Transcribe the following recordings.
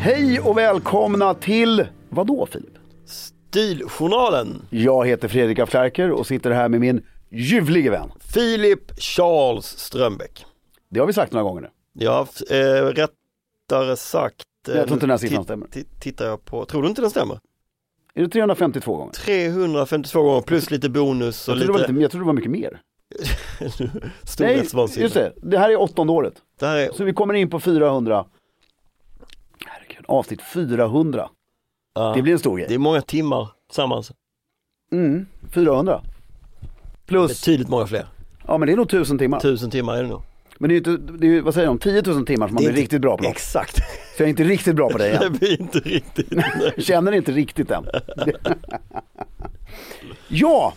Hej och välkomna till, vadå Filip? Stiljournalen. Jag heter Fredrik af Klerker och sitter här med min ljuvlige vän. Filip Charles Strömbäck. Det har vi sagt några gånger nu. Ja, f- eh, rättare sagt. eh, Jag tror inte den här siffran ti- stämmer. ti- Tittar jag på, tror du inte den stämmer? Är det 352 gånger? 352 gånger plus lite bonus och Jag trodde, det var lite, lite, jag trodde det var mycket mer. storhetsvansinne. just det. Det här är åttonde året. Det här är, Så vi kommer in på 400. Herregud, avsnitt 400. ja, Det blir en stor det grej. är många timmar tillsammans. Mm, 400. Plus, Betydligt många fler. ja men det är nog 1000 timmar. Tusen timmar är det nog. Men det är ju inte, det är, ju- vad säger de, 10 000 timmar som man blir Det är inte- riktigt bra på. Ex- Exakt. så jag är inte riktigt bra på det än. Det blir inte riktigt. Känner inte riktigt än. ja,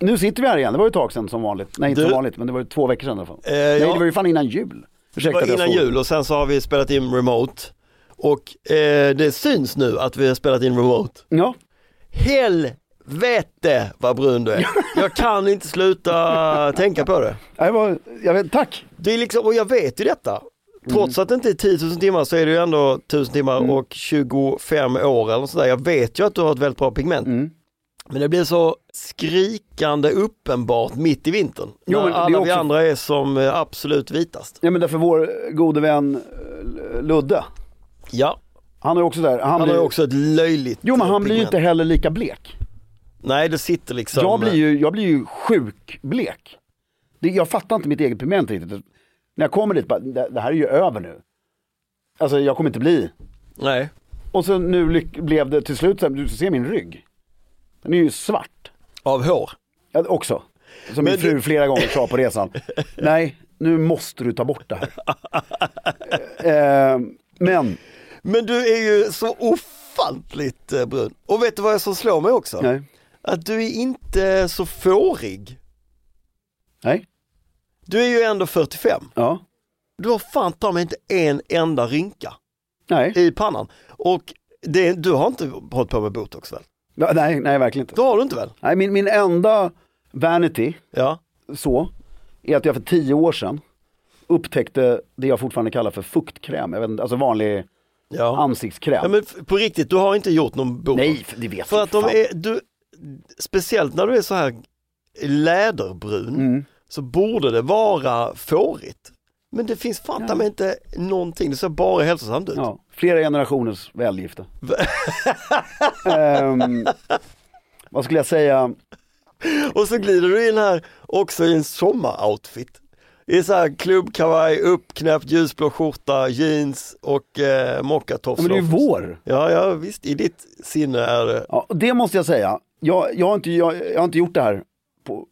nu sitter vi här igen. Det var ju ett tag sedan som vanligt. Nej, inte Du- som vanligt, men det var ju två veckor sedan i alla fall. Eh, Nej, ja. det var ju fan innan jul. Det Ursäkta att var jag innan svor. jul och sen så har vi spelat in remote. Och eh, det syns nu att vi har spelat in remote. Ja, Helvete vad brun du är. Jag kan inte sluta tänka på det. jag var, jag vet, tack. det är liksom, och jag vet ju detta. Trots Mm. att det inte är 10 000 timmar så är det ju ändå 1000 timmar och 25 år eller något sådär. Jag vet ju att du har ett väldigt bra pigment. Mm. Men det blir så skrikande uppenbart mitt i vintern. Jo, när men det är alla vi också- andra är som eh, absolut vitast. Ja men därför vår gode vän eh, Ludde, Ja, han är ju också där. Han, han har blir, ju också ett löjligt Jo men han eh, blir ju pigment. inte heller lika blek. Nej, det sitter liksom. Jag blir ju, jag blir ju sjukblek. Det, jag fattar inte mitt eget pigment riktigt. När jag kommer dit, bara, det, det här är ju över nu. Alltså jag kommer inte bli eh, Nej, Och så nu lyck- blev det till slut så här, du ser min rygg. Den är ju svart. av hår. Ja, också. Som min Men fru du- flera gånger sa på resan. Nej, nu måste du ta bort det här. eh, men, Men du är ju så ofantligt eh, brun. Och vet du vad som slår mig också? nej. Att du är inte så fårig. Nej, Du är ju ändå 45. ja, Du har fan ta mig inte en enda rynka nej, i pannan. Och det, du har inte hållit på med botox väl? Ja, nej, nej verkligen inte. Det har du inte väl? Nej, min, min enda vanity Ja. så, är att jag för tio år sedan upptäckte det jag fortfarande kallar för fuktkräm. Jag vet inte, alltså vanlig Ja. ansiktskräm. ja men f- på riktigt, du har inte gjort någon botox? Nej, det vet För jag att de fan. är, du, speciellt när du är så här läderbrun Mm. så borde det vara fårigt. Men det finns fan ta mig inte någonting, det ser bara hälsosamt ut. Ja, flera generationers välgifte. Ehm, vad skulle jag säga? Och så glider du in här också i en sommaroutfit. I så här klubbkavaj, uppknäppt ljusblå skjorta, jeans och eh, Ja, mockatofs. men det är ju vår. Ja, ja, visst, i ditt sinne är det. Ja, och det måste jag säga. Jag, jag, har inte, jag, jag har inte gjort det här på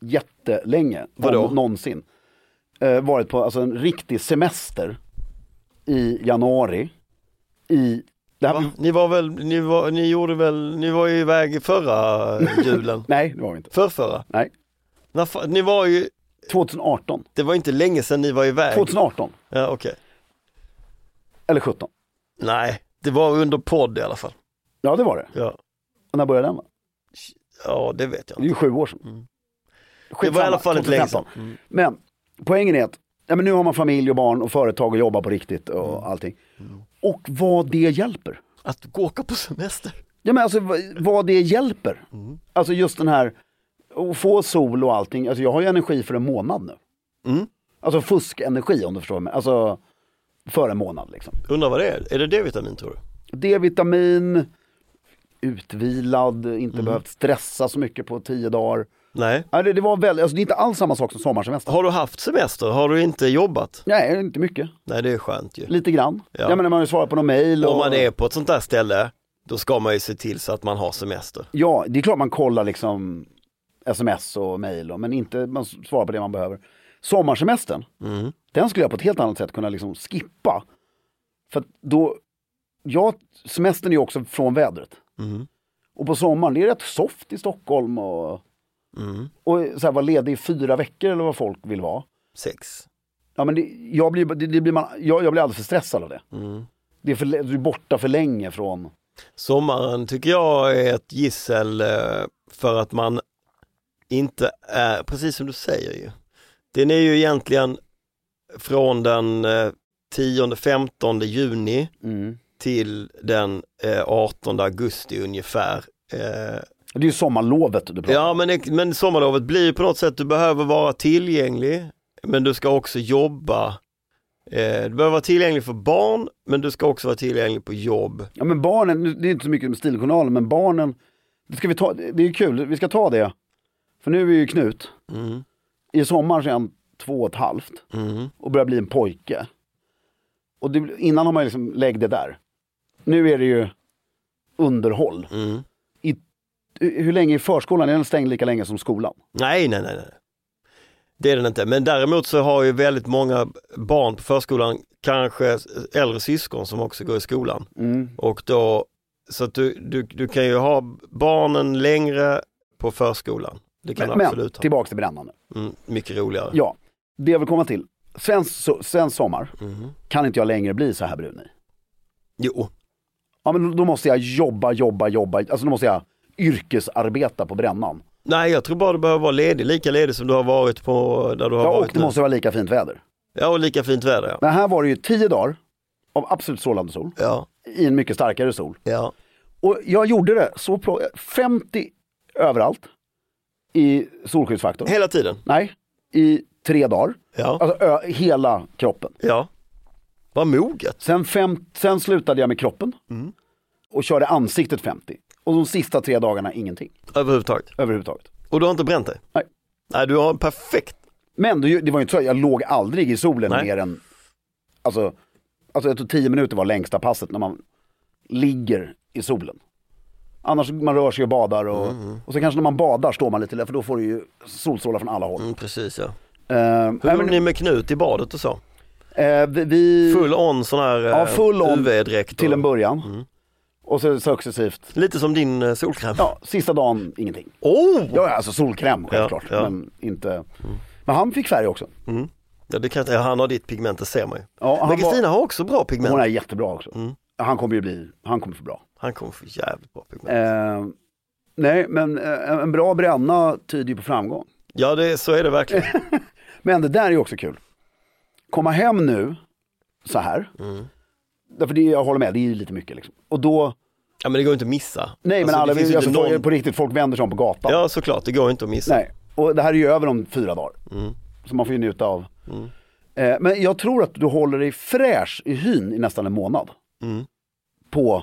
jättelänge. Vadå? Om, någonsin. Eh, varit på alltså, en riktig semester i januari. I, det här, Va? Ni var väl, ni, var, ni gjorde väl, ni var ju iväg i förra julen, Nej, det var vi inte. förrförra. Nej, När fa- Ni var ju, 2018. det var inte länge sedan ni var iväg. 2018, Ja, okej. eller 17. Nej, det var under podd i alla fall. Ja, det var det. Ja, Och när började den? va? ja det vet jag. Det är ju sju år sedan. Mm. Det var i alla fall inte länge 2015. sedan. Mm. Men poängen är att ja, men nu har man familj och barn och företag och jobbar på riktigt och Mm. allting. Och vad det hjälper. Att gå åka på semester. Ja men alltså vad- vad det hjälper. Mm. Alltså just den här, att få sol och allting. Alltså jag har ju energi för en månad nu. Mm. Alltså fuskenergi om du förstår mig. Alltså för en månad liksom. Undrar vad det är? Är det D-vitamin tror du? D-vitamin, utvilad, inte Mm. behövt stressa så mycket på tio dagar. Nej. Ja, det, det, var väl, alltså, det är inte alls samma sak som sommarsemester. Har du haft semester? Har du inte jobbat? Nej, inte mycket. Nej, det är skönt ju. Lite grann. Ja. Jag menar man har ju svarat på någon mail. Om man är på ett sånt där ställe, då ska man ju se till så att man har semester. Ja, det är klart man kollar liksom sms och mail, och- men inte man svarar på det man behöver. Sommarsemestern, Mm. den skulle jag på ett helt annat sätt kunna liksom skippa. För att då, ja, semestern är ju också från vädret. Mm. Och på sommaren, det är rätt soft i Stockholm och, Mm. och så här, vara ledig i fyra veckor eller vad folk vill vara. Sex. Ja, men det, jag, blir, det, det blir man, jag, jag blir alldeles för stressad av det. Mm. det är för, du är borta för länge från... Sommaren tycker jag är ett gissel eh, för att man inte är, precis som du säger ju, den är ju egentligen från den 10-15 juni mm. till den eh, 18 augusti ungefär. Eh, Det är ju sommarlovet du pratar om. Ja men, ex- men sommarlovet blir ju på något sätt, du behöver vara tillgänglig men du ska också jobba. Eh, Du behöver vara tillgänglig för barn men du ska också vara tillgänglig på jobb. Ja men barnen, nu- det är inte så mycket med Stiljournalen, men barnen, det, ska vi ta, det är kul, vi ska ta det. För nu är ju Knut, Mm. i sommar så är han två och ett halvt Mm. och börjar bli en pojke. Och det, innan har man ju liksom, lägg det där. Nu är det ju underhåll. Mm. Hur hur länge är förskolan? Är den stängd lika länge som skolan? Nej, nej, nej, nej. Det är den inte, men däremot så har ju väldigt många barn på förskolan, kanske äldre syskon som också går i skolan. Och då, så att du, du, du kan ju ha barnen längre på förskolan. Det kan Men, du men absolut ha. tillbaks till brännan nu. Mm, mycket roligare. Ja, det jag vill komma till. Sen, så, sen sommar Mhm. kan inte jag längre bli så här brun i. Jo, Ja men då måste jag jobba, jobba, jobba. Alltså då måste jag yrkesarbeta på brännan. nej jag tror bara du behöver vara ledig, lika ledig som du har varit på där du har Ja, och varit det nu. måste vara lika fint väder. Ja, och lika fint väder ja. Men här var det ju tio dagar av absolut strålande sol Ja, i en mycket starkare sol. ja. Och jag gjorde det så pro- 50 överallt i solskyddsfaktor. hela tiden. Nej, i tre dagar. Ja, Alltså ö- hela kroppen. ja. Vad moget. Sen, fem, sen slutade jag med kroppen och körde ansiktet 50. Och de sista tre dagarna ingenting Överhuvudtaget. överhuvudtaget. Och du har inte bränt dig? Nej. Nej, du har en perfekt. Men det, det var ju inte så, jag låg aldrig i solen Nej. mer än, alltså, alltså jag tror 10 minuter var längsta passet när man ligger i solen. Annars man rör sig och badar och, Mm, och så kanske när man badar står man lite där för då får du ju solstrålar från alla håll. Mm, precis ja. Eh, Hur nej, gjorde men, ni med Knut i badet och så? eh, vi, vi Full on sån här Ja, full on UV-dräkt? till och- Mm. en början och så successivt, Lite som din eh, solkräm? ja sista dagen ingenting. Oh! Ja. Ja alltså solkräm självklart ja. Mm. men inte, men han fick färg också. det kan jag inte, han har ditt pigment, det ser man ju. Ja, han Men var- Kristina har också bra pigment. Hon är jättebra också. Mm. Han kommer ju bli, han kommer få bra. Han kommer få jävligt bra pigment. Eh, nej, men eh, en bra bränna tyder ju på framgång. Ja, det, så är det verkligen. Men det där är ju också kul. Komma hem nu så här. Mm. Därför det, jag håller med, det är ju lite mycket liksom. Och då, Ja, men det går inte att missa. nej men Alltså, alla, det finns ju alltså, inte folk- någon... på riktigt, folk vänder sig om på gatan. Ja, såklart, det går inte att missa. Nej, och det här är ju över om fyra dagar. Mm. Så man får ju njuta av. Eh, men jag tror att du håller dig fräsch i hyn i nästan en månad. Mm. På,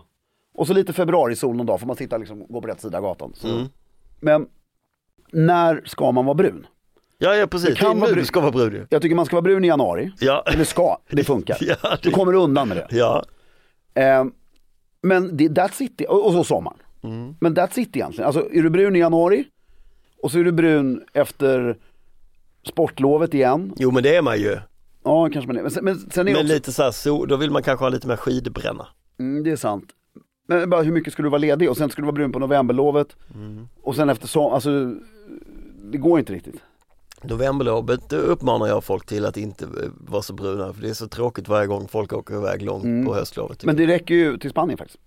och så lite februarisol någon dag, får man sitta liksom, gå på rätt sida av gatan. Så. Mm. Men när ska man vara brun? Ja, ja precis. Det, kan är vara nu brud. du ska vara brud ju. Jag tycker man ska vara brun i januari. Ja, Eller ska, det funkar. ja, Du det... kommer undan med det. ja. Eh, men det, that's it, och, och så sommaren. Men that's it egentligen. Alltså är du brun i januari och så är du brun efter sportlovet igen. Jo, men det är man ju. Ja kanske man är, men sen, men sen är det Men också, lite så här, så, då vill man kanske ha lite mer skidbränna. mm, det är sant. Men bara hur mycket skulle du vara ledig och sen skulle du vara brun på novemberlovet. Och sen efter sommaren, alltså det går inte riktigt. Novemberlovet det uppmanar jag folk till att inte eh, vara så bruna för det är så tråkigt varje gång folk åker iväg långt på höstlovet. Mm. typ. Men det räcker ju till Spanien faktiskt.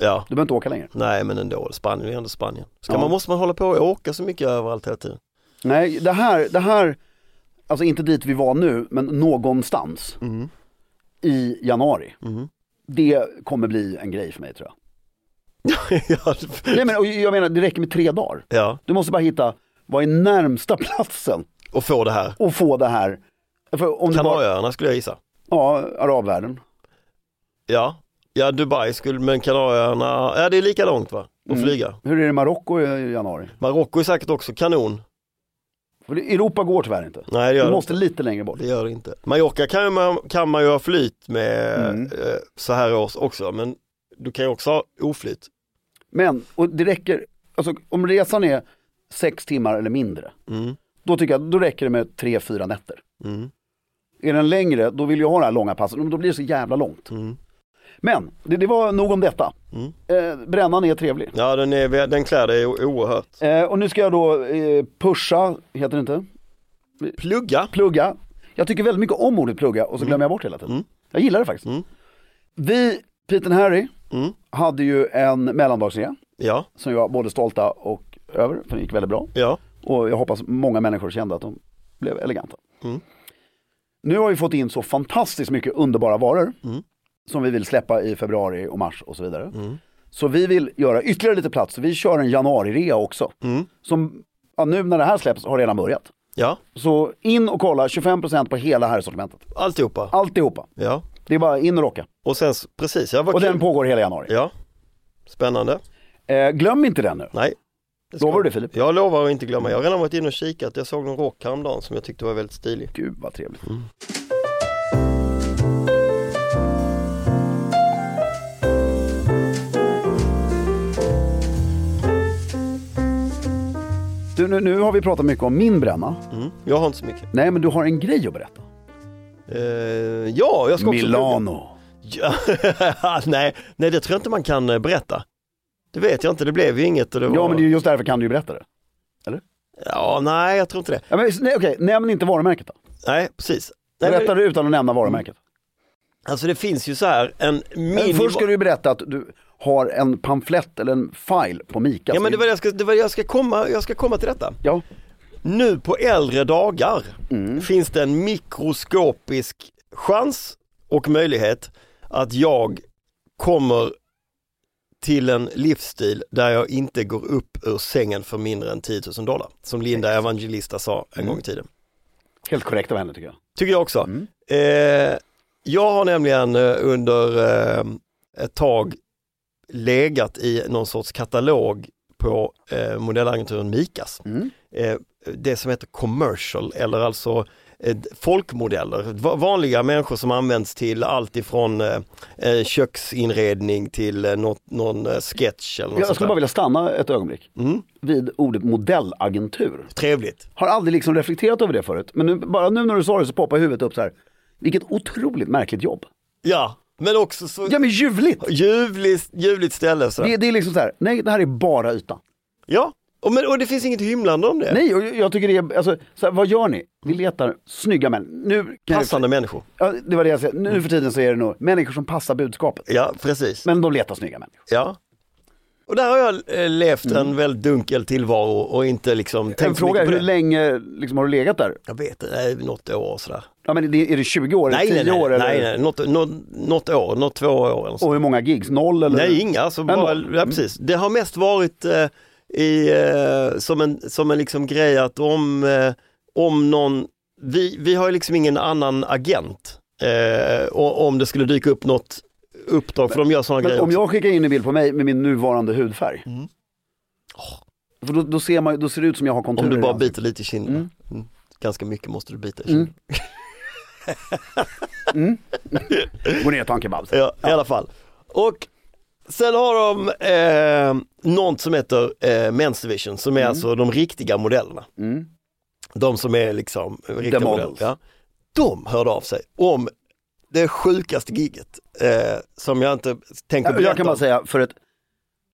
Ja, Du behöver inte åka längre. nej men ändå, Spanien är ändå Spanien. Ska Ja. man, måste man hålla på och åka så mycket överallt hela tiden? Nej, det här, det här alltså inte dit vi var nu, men någonstans i januari. Det kommer bli en grej för mig tror jag. ja, Nej, men, och jag menar, det räcker med tre dagar. ja, Du måste bara hitta, vad är närmsta platsen och få det här. och få det här? För om du bara, Kanarieöarna skulle jag gissa. ja, arabvärlden. Ja, ja Dubai skulle, men Kanarieöarna, ja det är lika långt va? Att Mm. flyga. Hur är det i Marocko i i januari? Marocko är säkert också kanon. För det- Europa går tyvärr inte. Nej det gör Du det måste lite längre bort. Det gör det inte. Mallorca kan, ju man, kan man ju ha flyt med Mm. eh, så här års också, men du kan ju också ha oflyt. Men, och det räcker, alltså om resan är sex timmar eller mindre, Mm. då tycker jag, då räcker det med tre, fyra nätter. Mm. Är den längre, då vill jag ha det här långa passet, men då blir det så jävla långt. Mm. Men, det, det var nog om detta. Mm. Eh, brännan är trevlig. Ja, den, är, den klär dig o- oerhört. Eh, och nu ska jag då eh, pusha, heter det inte? Plugga. plugga. Jag tycker väldigt mycket om ordet plugga och så glömmer jag bort hela tiden. Mm. Jag gillar det faktiskt. Mm. Vi, Pete och Harry, Mm. hade ju en mellandagsrea Ja, som vi var både stolta och över, för den gick väldigt bra. ja. Och jag hoppas många människor kände att de blev eleganta. Mm. Nu har vi fått in så fantastiskt mycket underbara varor Mm. som vi vill släppa i februari och mars och så vidare. Mm. Så vi vill göra ytterligare lite plats, så vi kör en januari-rea också. Mm. Som ja, nu när det här släpps har redan börjat. Ja, Så in och kolla 25% på hela herrsortimentet. alltihopa. Alltihopa. Ja, Det är bara in och rocka. och sen s- precis, ja, vad Och kul. den pågår hela januari. Ja, spännande. Eh, glöm inte den nu. Nej. Det ska- Lovar du det Filip? Jag lovar att inte glömma. Jag har redan varit inne och kikat. Jag såg någon rock häromdagen som jag tyckte var väldigt stilig. Gud vad trevligt. Mm. Du, nu, nu har vi pratat mycket om min bränna. Mm. Jag har inte så mycket. Nej men du har en grej att berätta. Eh, ja, jag ska också plugga. Milano. Ja, nej, nej, det tror jag inte man kan eh, berätta. Det vet jag inte, det blev ju inget. Och det var... Ja men det är just därför kan du ju berätta det. ja, nej, jag tror inte det. Ja, men, nej, okej, nämn inte varumärket då. Nej, precis. Nej, Berätta men, det utan att nämna varumärket. alltså det finns ju så här en Men mini... först ska du ju berätta att du har en pamflett eller en file på Mika. Ja men det var det jag ska, det var det jag ska komma, jag ska komma till detta. Ja. Nu på äldre dagar finns det en mikroskopisk chans och möjlighet att jag kommer till en livsstil där jag inte går upp ur sängen för mindre än 10 000 dollar. Som Linda Evangelista sa en gång i tiden. Helt korrekt av henne tycker jag. Tycker jag också. Mm. Eh, jag har nämligen eh, under eh, ett tag legat i någon sorts katalog på eh, modellagenturen Mikas. Mm. Eh, det som heter commercial eller alltså eh, folkmodeller, Va- vanliga människor som används till allt ifrån eh, eh, köksinredning till eh, något, någon eh, sketch eller något Jag sånt skulle där. bara vilja stanna ett ögonblick Mm, vid ordet modellagentur. trevligt. Har aldrig liksom reflekterat över det förut, men nu, bara nu när du sa det så poppar huvudet upp så här. Vilket otroligt märkligt jobb. Ja, men också så Ja men ljuvligt! ljuvligt, ljuvligt ställe. Så. Det, det är liksom så här, nej det här är bara yta. Ja, och, men, och det finns inget hymlande om det. Nej, och jag jag tycker det är, alltså, så här, vad gör ni? Vi letar snygga män. Nu kan jag- Passande människor. Ja, det var det jag sa, nu för tiden så är det nog människor som passar budskapet. Ja, precis. Men de letar snygga människor. Ja. Och där har jag eh, levt en väldigt dunkel tillvaro och inte liksom Mm. En tänkt så fråga, mycket på hur det. länge liksom, har du legat där? Jag vet inte, nej, något år sådär. Ja, men det, är det 20 år? Nej, 10 nej, nej, år? eller? nej, nej. Något, något, något år, något två år eller så. Och Mm. hur många gigs? Noll eller? Nej, inga. Alltså, bara, noll. ja, precis. Det har mest varit eh, i, eh, som en, som en liksom grej att om, eh, om någon, vi, vi har ju liksom ingen annan agent eh, och, om det skulle dyka upp något uppdrag, för de gör sådana Men grejer om också. Mm. jag skickar in en bild på mig med min nuvarande hudfärg. För då, då, ser man, då ser det ut som jag har konturer. Om du i bara ansiktet. biter lite i kinden. Mm. Ganska mycket måste du bita i kinden. Mm. Gå ner och ta en kebab. Ja, i alla fall. Och sen har de eh, något som heter eh, Men's Division som är alltså de riktiga modellerna. Mm. De som är liksom eh, riktiga The modeller. models. Ja. De hörde av sig om det sjukaste giget eh, som jag inte tänker berätta Jag kan bara om. säga, för ett,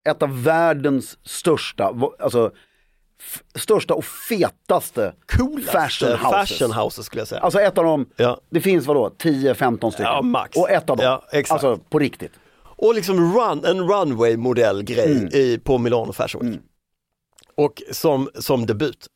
ett av världens största, va- alltså f- största och fetaste Coolaste fashion houses. Eh, fashion houses skulle jag säga. Alltså ett av dem, Ja. det finns vadå, 10-15 stycken. Ja, max. Och ett av dem, Ja, exakt. alltså på riktigt. Och liksom run, en runway Mm. modell grej i, på Milano Fashion Week. Och som, som debut.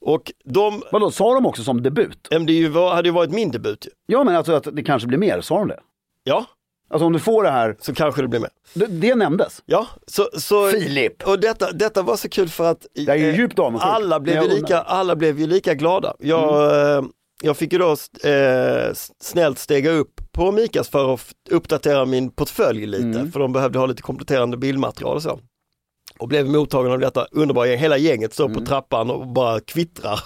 Och de, Vadå, sa de också som debut? ja, men det är ju, var- hade ju varit min debut ju. Ja men alltså att det kanske blir mer, sa de det? Ja, Alltså om du får det här, så kanske det blir med. det, det nämndes. Ja, så, så Filip. Och detta, detta var så kul för att Jag är ju eh, djupt avundsjuk. alla, blev Men ju jag Mm. lika, alla blev ju lika glada. Jag, eh, jag fick ju då eh, snällt stega upp på Mikas för att f- uppdatera min portfölj lite, Mm. för de behövde ha lite kompletterande bildmaterial och så. Och blev mottagen av detta underbara gäng. Hela gänget står Mm. på trappan och bara kvittrar.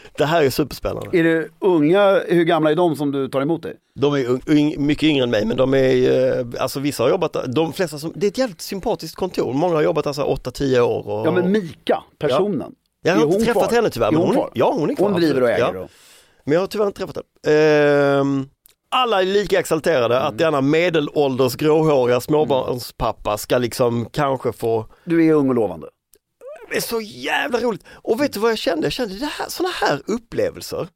det här är superspännande. Är det unga, hur gamla är de som du tar emot dig? De är un- yng- mycket yngre än mig men de är, eh, alltså vissa har jobbat, där- de flesta som, det är ett jävligt sympatiskt kontor, många har jobbat alltså 8-10 år. Och... Ja men Mika, personen. jag är har inte hon träffat kvar? henne tyvärr, Är men hon hon, kvar? ja, hon är kvar. Hon driver och absolut. äger Ja. då. Men jag har tyvärr inte träffat henne. Ehm, alla är lika exalterade Mm. att denna medelålders gråhåriga småbarnspappa ska liksom kanske få Du är ung och lovande. det är så jävla roligt. Och vet du vad jag kände? Jag kände det här, sådana här upplevelser,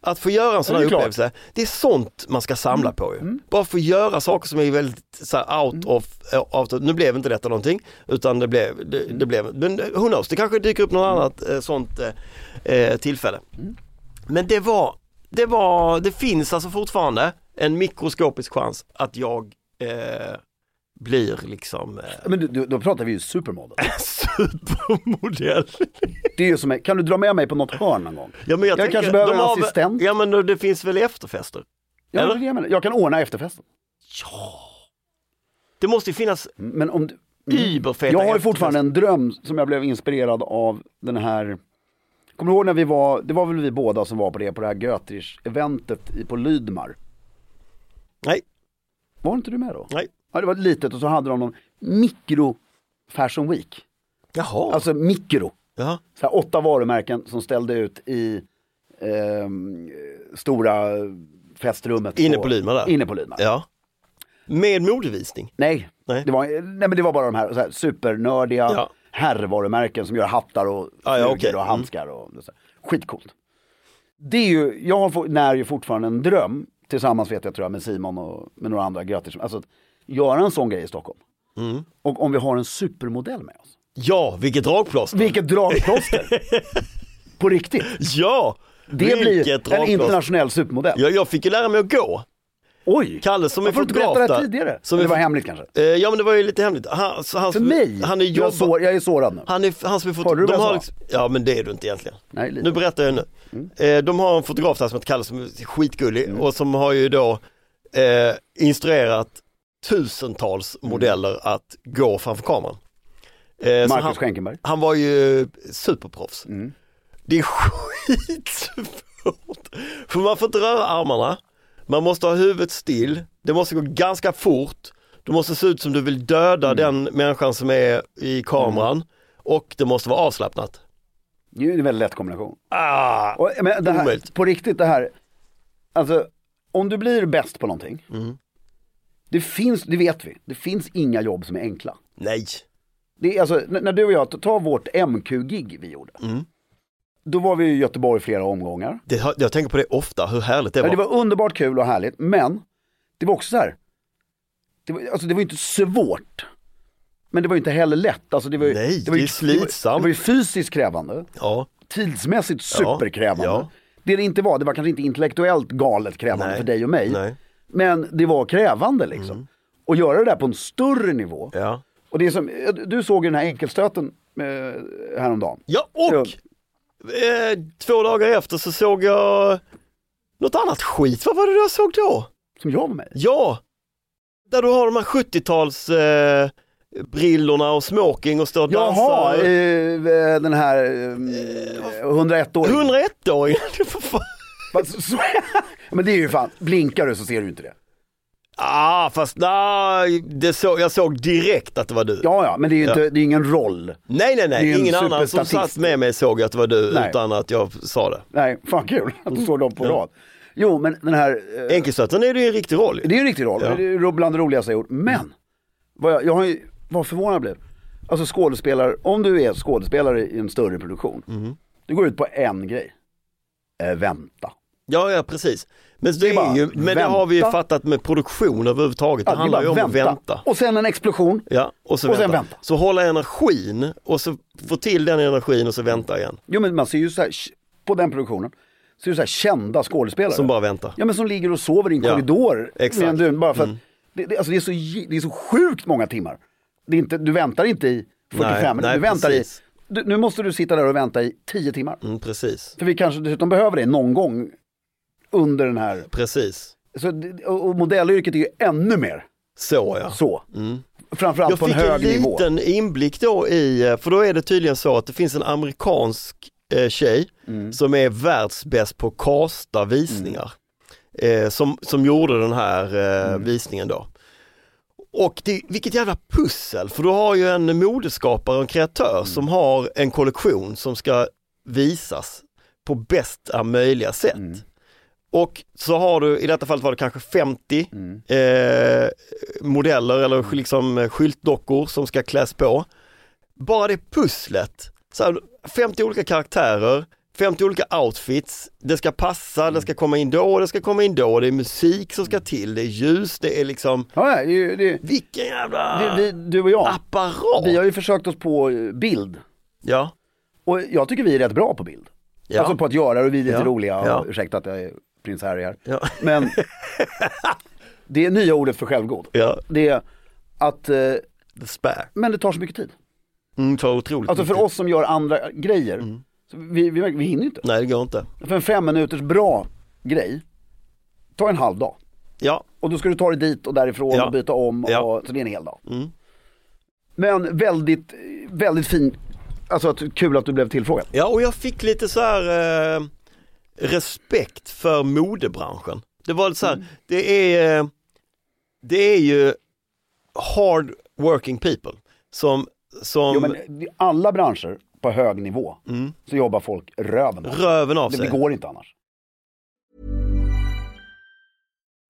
att få göra en sån Ja, här det är klart. Mm. upplevelse, det är sånt man ska samla på ju. Bara få göra saker som är väldigt så här, out of, eh, out of, nu blev inte detta någonting, utan det blev, det, Mm. det blev, men eh, who knows, det kanske dyker upp något annat eh, sånt eh, eh, tillfälle. Mm. Men det var, det var, det finns alltså fortfarande en mikroskopisk chans att jag eh, blir liksom eh, Men du, du, då pratar vi ju supermodell. supermodell. Det är ju som, en- kan du dra med mig på något hörn någon gång? Ja, men Jag jag tänker, kanske behöver de en har väl- assistent. Ja men då- det finns väl efterfester? Ja, det Eller? är det jag, menar. jag kan ordna efterfesten. Det måste ju finnas Mm, Men om du, überfeta Jag har ju efterfester. fortfarande en dröm som jag blev inspirerad av den här Kommer du ihåg när vi var, det var väl vi båda som var på det, på det här Götrich-eventet i- på Lydmar? Nej, Var inte du med då? nej. Ja, det var litet och så hade de någon mikro fashion week. Jaha. Alltså mikro. Jaha. Så här åtta varumärken som ställde ut i ehm, stora festrummet. Inne på Lydmar där. Inne på Lydmar. Ja. Med modevisning. Nej, Nej. Det, var, nej men det var bara de här, så här supernördiga Ja. herrvarumärken som gör hattar och Ja, ja, flugor och okej. Mm. handskar. Och så här. Skitcoolt. Det är ju, jag har, få- när ju fortfarande en dröm, tillsammans vet jag tror jag med Simon och med några andra grattis. Alltså att göra en sån grej i Stockholm. Mm. Och om vi har en supermodell med oss. Ja, vilket dragplåster. Vilket dragplåster! På riktigt. Ja, Det vilket blir en internationell supermodell. jag, jag fick ju lära mig att gå. Oj! Kalle som är Varför har du inte berättat fotograf det här där. tidigare? Som det är var fot- hemligt kanske. Eh, ja men det var ju lite hemligt. Han, så han, För som- mig? han är jag, jobba... är sår, jag är sårad nu. Han är, han som är fotograf. Hörde du vad de jag har sa? liksom, ja men det är du inte egentligen. Nej, lite. Mm. nu berättar jag nu. Eh, de har en fotograf där som heter Kalle som är skitgullig och som har ju då eh, instruerat tusentals Mm. modeller att gå framför kameran. Eh, så Marcus han, Schenkenberg. han var ju superproffs. Mm. Det är skitsvårt. För man får inte röra armarna, man måste ha huvudet still, det måste gå ganska fort, du måste se ut som du vill döda Mm. den människan som är i kameran och det måste vara avslappnat. Det är ju en väldigt lätt kombination. Ah, Och, men det här, Omöjligt. på riktigt det här, alltså om du blir bäst på någonting, Mm. det finns, det vet vi, det finns inga jobb som är enkla. nej. Det är alltså, n- när du och jag, tar vårt MQ-gig vi gjorde, Mm. då var vi i Göteborg flera omgångar. Det, har- jag tänker på det ofta, hur härligt det var. Men det var underbart kul och härligt, men det var också så här, det var, alltså det var ju inte svårt. Men det var ju inte heller lätt. Alltså det var ju, Nej, var ju, det är slitsamt. Det var, det var ju fysiskt krävande. Ja, tidsmässigt superkrävande. ja. Det det inte var, det var kanske inte intellektuellt galet krävande Nej, för dig och mig. nej. Mm. Men det var krävande liksom. Och göra det där på en större nivå. ja. Och det är som, du såg ju den här enkelstöten eh, häromdagen. Ja och eh, två dagar efter så såg jag något annat skit, vad var det jag såg då? Som jag var med i. Ja, där du har de här 70-tals eh, brillorna och smoking och står och Jaha, dansar. eh, den här eh, 101 år. 101-åringen, Men det är ju fan, blinkar du så ser du inte det. ah, fast nej, det så, jag såg direkt att det var du. Ja, ja, men det är ju inte, det är ingen roll. Nej, nej, Det är nej, en ingen annan som superstatist. satt med mig såg att det var du Nej. utan att jag sa det. Nej, fan kul att du såg dem på rad. Jo, men den här eh, Enkelstöten Mm. är det ju en riktig roll. ju. Det är en riktig roll, Ja. det är ju bland det roligaste jag gjort. Men, vad jag, jag har ju, vad förvånad jag blev. Alltså skådespelare, om du är Mhm. skådespelare i en större produktion, du går ut på en grej. Eh, vänta. Ja, ja precis. Men, det, är bara ju, men det har vi ju vänta. fattat med produktion överhuvudtaget. Det Ja, det är handlar ju bara om att vänta. Och sen en explosion. Ja, och så, Och sen vänta. vänta. Så hålla energin och så få till den energin och så vänta igen. Jo men man ser ju så här, på den produktionen, ser ju så här kända skådespelare. Som bara väntar. Ja men som ligger och sover i en Ja, korridor. exakt. Mm. Med en dun, bara för att, det, det, alltså, det, är så, j- det är så sjukt många timmar. Det är inte, du väntar inte i 45 Nej, minuter, nej, du väntar precis. i, du, nu måste du sitta där och vänta i 10 timmar. Mm, precis, För vi kanske dessutom behöver det någon gång under den här, precis. så, det- och och modellyrket är ju ännu mer Så ja. så. Framförallt Mm. Jag på en fick en hög nivå. liten inblick då i, eh, för då är det tydligen så att det finns en amerikansk eh, tjej Mm. som är världsbäst på kasta visningar. Eh, som, som gjorde den här eh, Mm. visningen då. Och det, vilket jävla pussel, för du har ju en modeskapare och en kreatör Mm. som har en kollektion som ska visas på bästa möjliga sätt. Mm. Och så har du, i detta fallet var det kanske 50 Mm. eh, modeller eller liksom eh, skyltdockor som ska kläs på. Bara det pusslet, så här, 50 olika karaktärer, 50 olika outfits, det ska passa, det ska Mm. komma in då, det ska komma in då, det är musik som ska till, det är ljus, det är liksom, Ja, det, är ju- det, vilken jävla det, vi, du och jag, apparat! vi har ju försökt oss på eh, bild. Ja, Och jag tycker vi är rätt bra på bild. ja, Alltså på att göra och vi är lite Ja. roliga. Och, Ja. Ursäkta att jag är prins Harry här. ja, Men det är nya ordet för självgod. ja, Det är att, eh, the spare. men det tar så mycket tid. Mm, tar otroligt Alltså för mycket. Mm. oss som gör andra grejer, så vi, vi, vi hinner ju inte. Nej det går inte. För en fem minuters bra grej tar en halv dag. Ja, Och då ska du ta dig dit och därifrån Ja. och byta om, Ja. och, så det är en hel dag. Mm. Men väldigt, väldigt fin, alltså att, kul att du blev tillfrågad. ja och jag fick lite så här eh, respekt för modebranschen. Det var lite så här, Mm. det är eh, det är ju hard working people som, som Jo, men alla branscher på hög nivå mm, så jobbar folk röven av sig. röven av det, sig. det går inte annars.